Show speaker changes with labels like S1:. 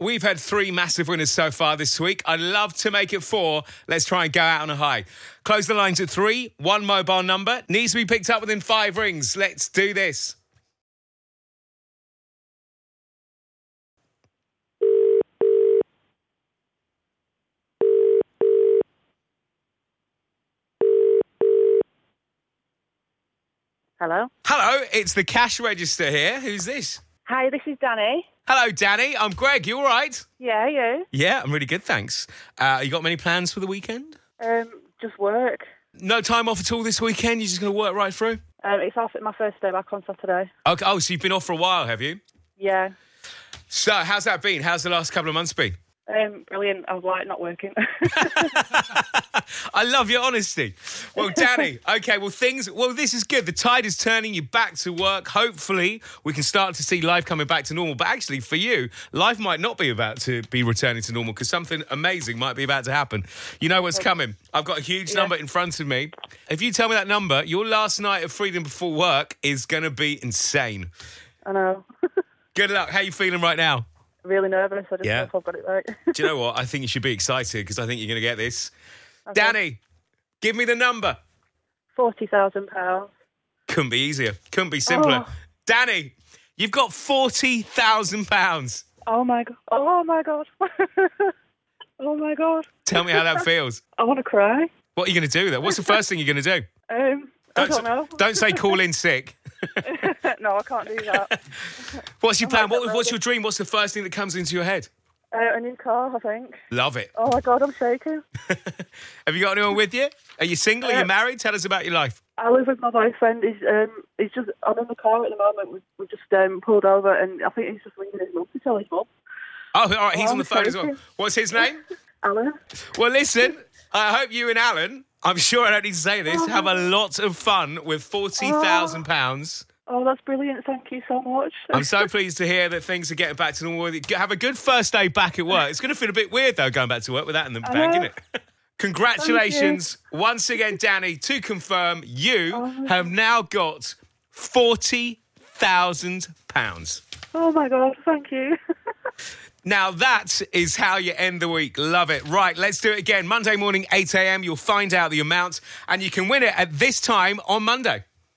S1: We've had three massive winners so far this week. I'd love to make it four. Let's try and go out on a high. Close the lines at three. One mobile number needs to be picked up within five rings. Let's do this.
S2: Hello.
S1: Hello, it's the cash register here. Who's this?
S2: Hi, this is Danny.
S1: Hello, Danny. I'm Greg. You all right?
S2: Yeah, you.
S1: Yeah, I'm really good, thanks. Uh, you got many plans for the weekend?
S2: Um, just work.
S1: No time off at all this weekend? You're just going to work right through?
S2: Um, it's off my first day back on Saturday.
S1: Okay. Oh, so you've been off for a while, have you?
S2: Yeah.
S1: So, how's that been? How's the last couple of months been?
S2: Um, brilliant. I was like not working.
S1: I love your honesty. Well, Danny, okay, well, things, well, this is good. The tide is turning you back to work. Hopefully, we can start to see life coming back to normal. But actually, for you, life might not be about to be returning to normal because something amazing might be about to happen. You know what's coming. I've got a huge number in front of me. If you tell me that number, your last night of freedom before work is going to be insane.
S2: I know.
S1: Good luck. How you feeling right now?
S2: really nervous. I just
S1: Yeah.
S2: hope I've got it right.
S1: Do you know what? I think you should be excited because I think you're going to get this. Danny, give me the number.
S2: Forty thousand pounds.
S1: Couldn't be easier. Couldn't be simpler.
S2: Oh.
S1: Danny, you've got forty thousand pounds.
S2: Oh my god. Oh my god. oh my god.
S1: Tell me how that feels.
S2: I want to cry.
S1: What are you going to do with that? What's the first thing you're going to do?
S2: Um, I don't know.
S1: don't say call in sick.
S2: no, I can't do that.
S1: What's your plan?
S2: that
S1: What, what's your dream? What's the first thing that comes into your head?
S2: Uh, a new car, I think.
S1: Love it.
S2: Oh my god, I'm shaking.
S1: Have you got anyone with you? Are you single? Are you married? Tell us about your life.
S2: I live with my boyfriend. He's um, he's just I'm in the car at the moment. We we just um, pulled over, and I think he's just ringing his mum to tell his mum.
S1: Oh, all right. He's
S2: Oh,
S1: on the
S2: I'm
S1: phone as well.
S2: joking.
S1: What's his name?
S2: Alan.
S1: Well, listen, I hope you and Alan, I'm sure I don't need to say
S2: Oh.
S1: this, have a lot of fun with £40,000.
S2: Oh, that's brilliant. Thank you so much.
S1: I'm so pleased to hear that things are getting back to normal. Have a good first day back at work. It's going to feel a bit weird, though, going back to work with that in the bag, isn't it? Congratulations once again, Danny, to confirm you have now got £40,000.
S2: Oh my god, thank you.
S1: Now that is how you end the week. Love it. Right, let's do it again. Monday morning, 8 a.m. You'll find out the amount and you can win it at this time on Monday.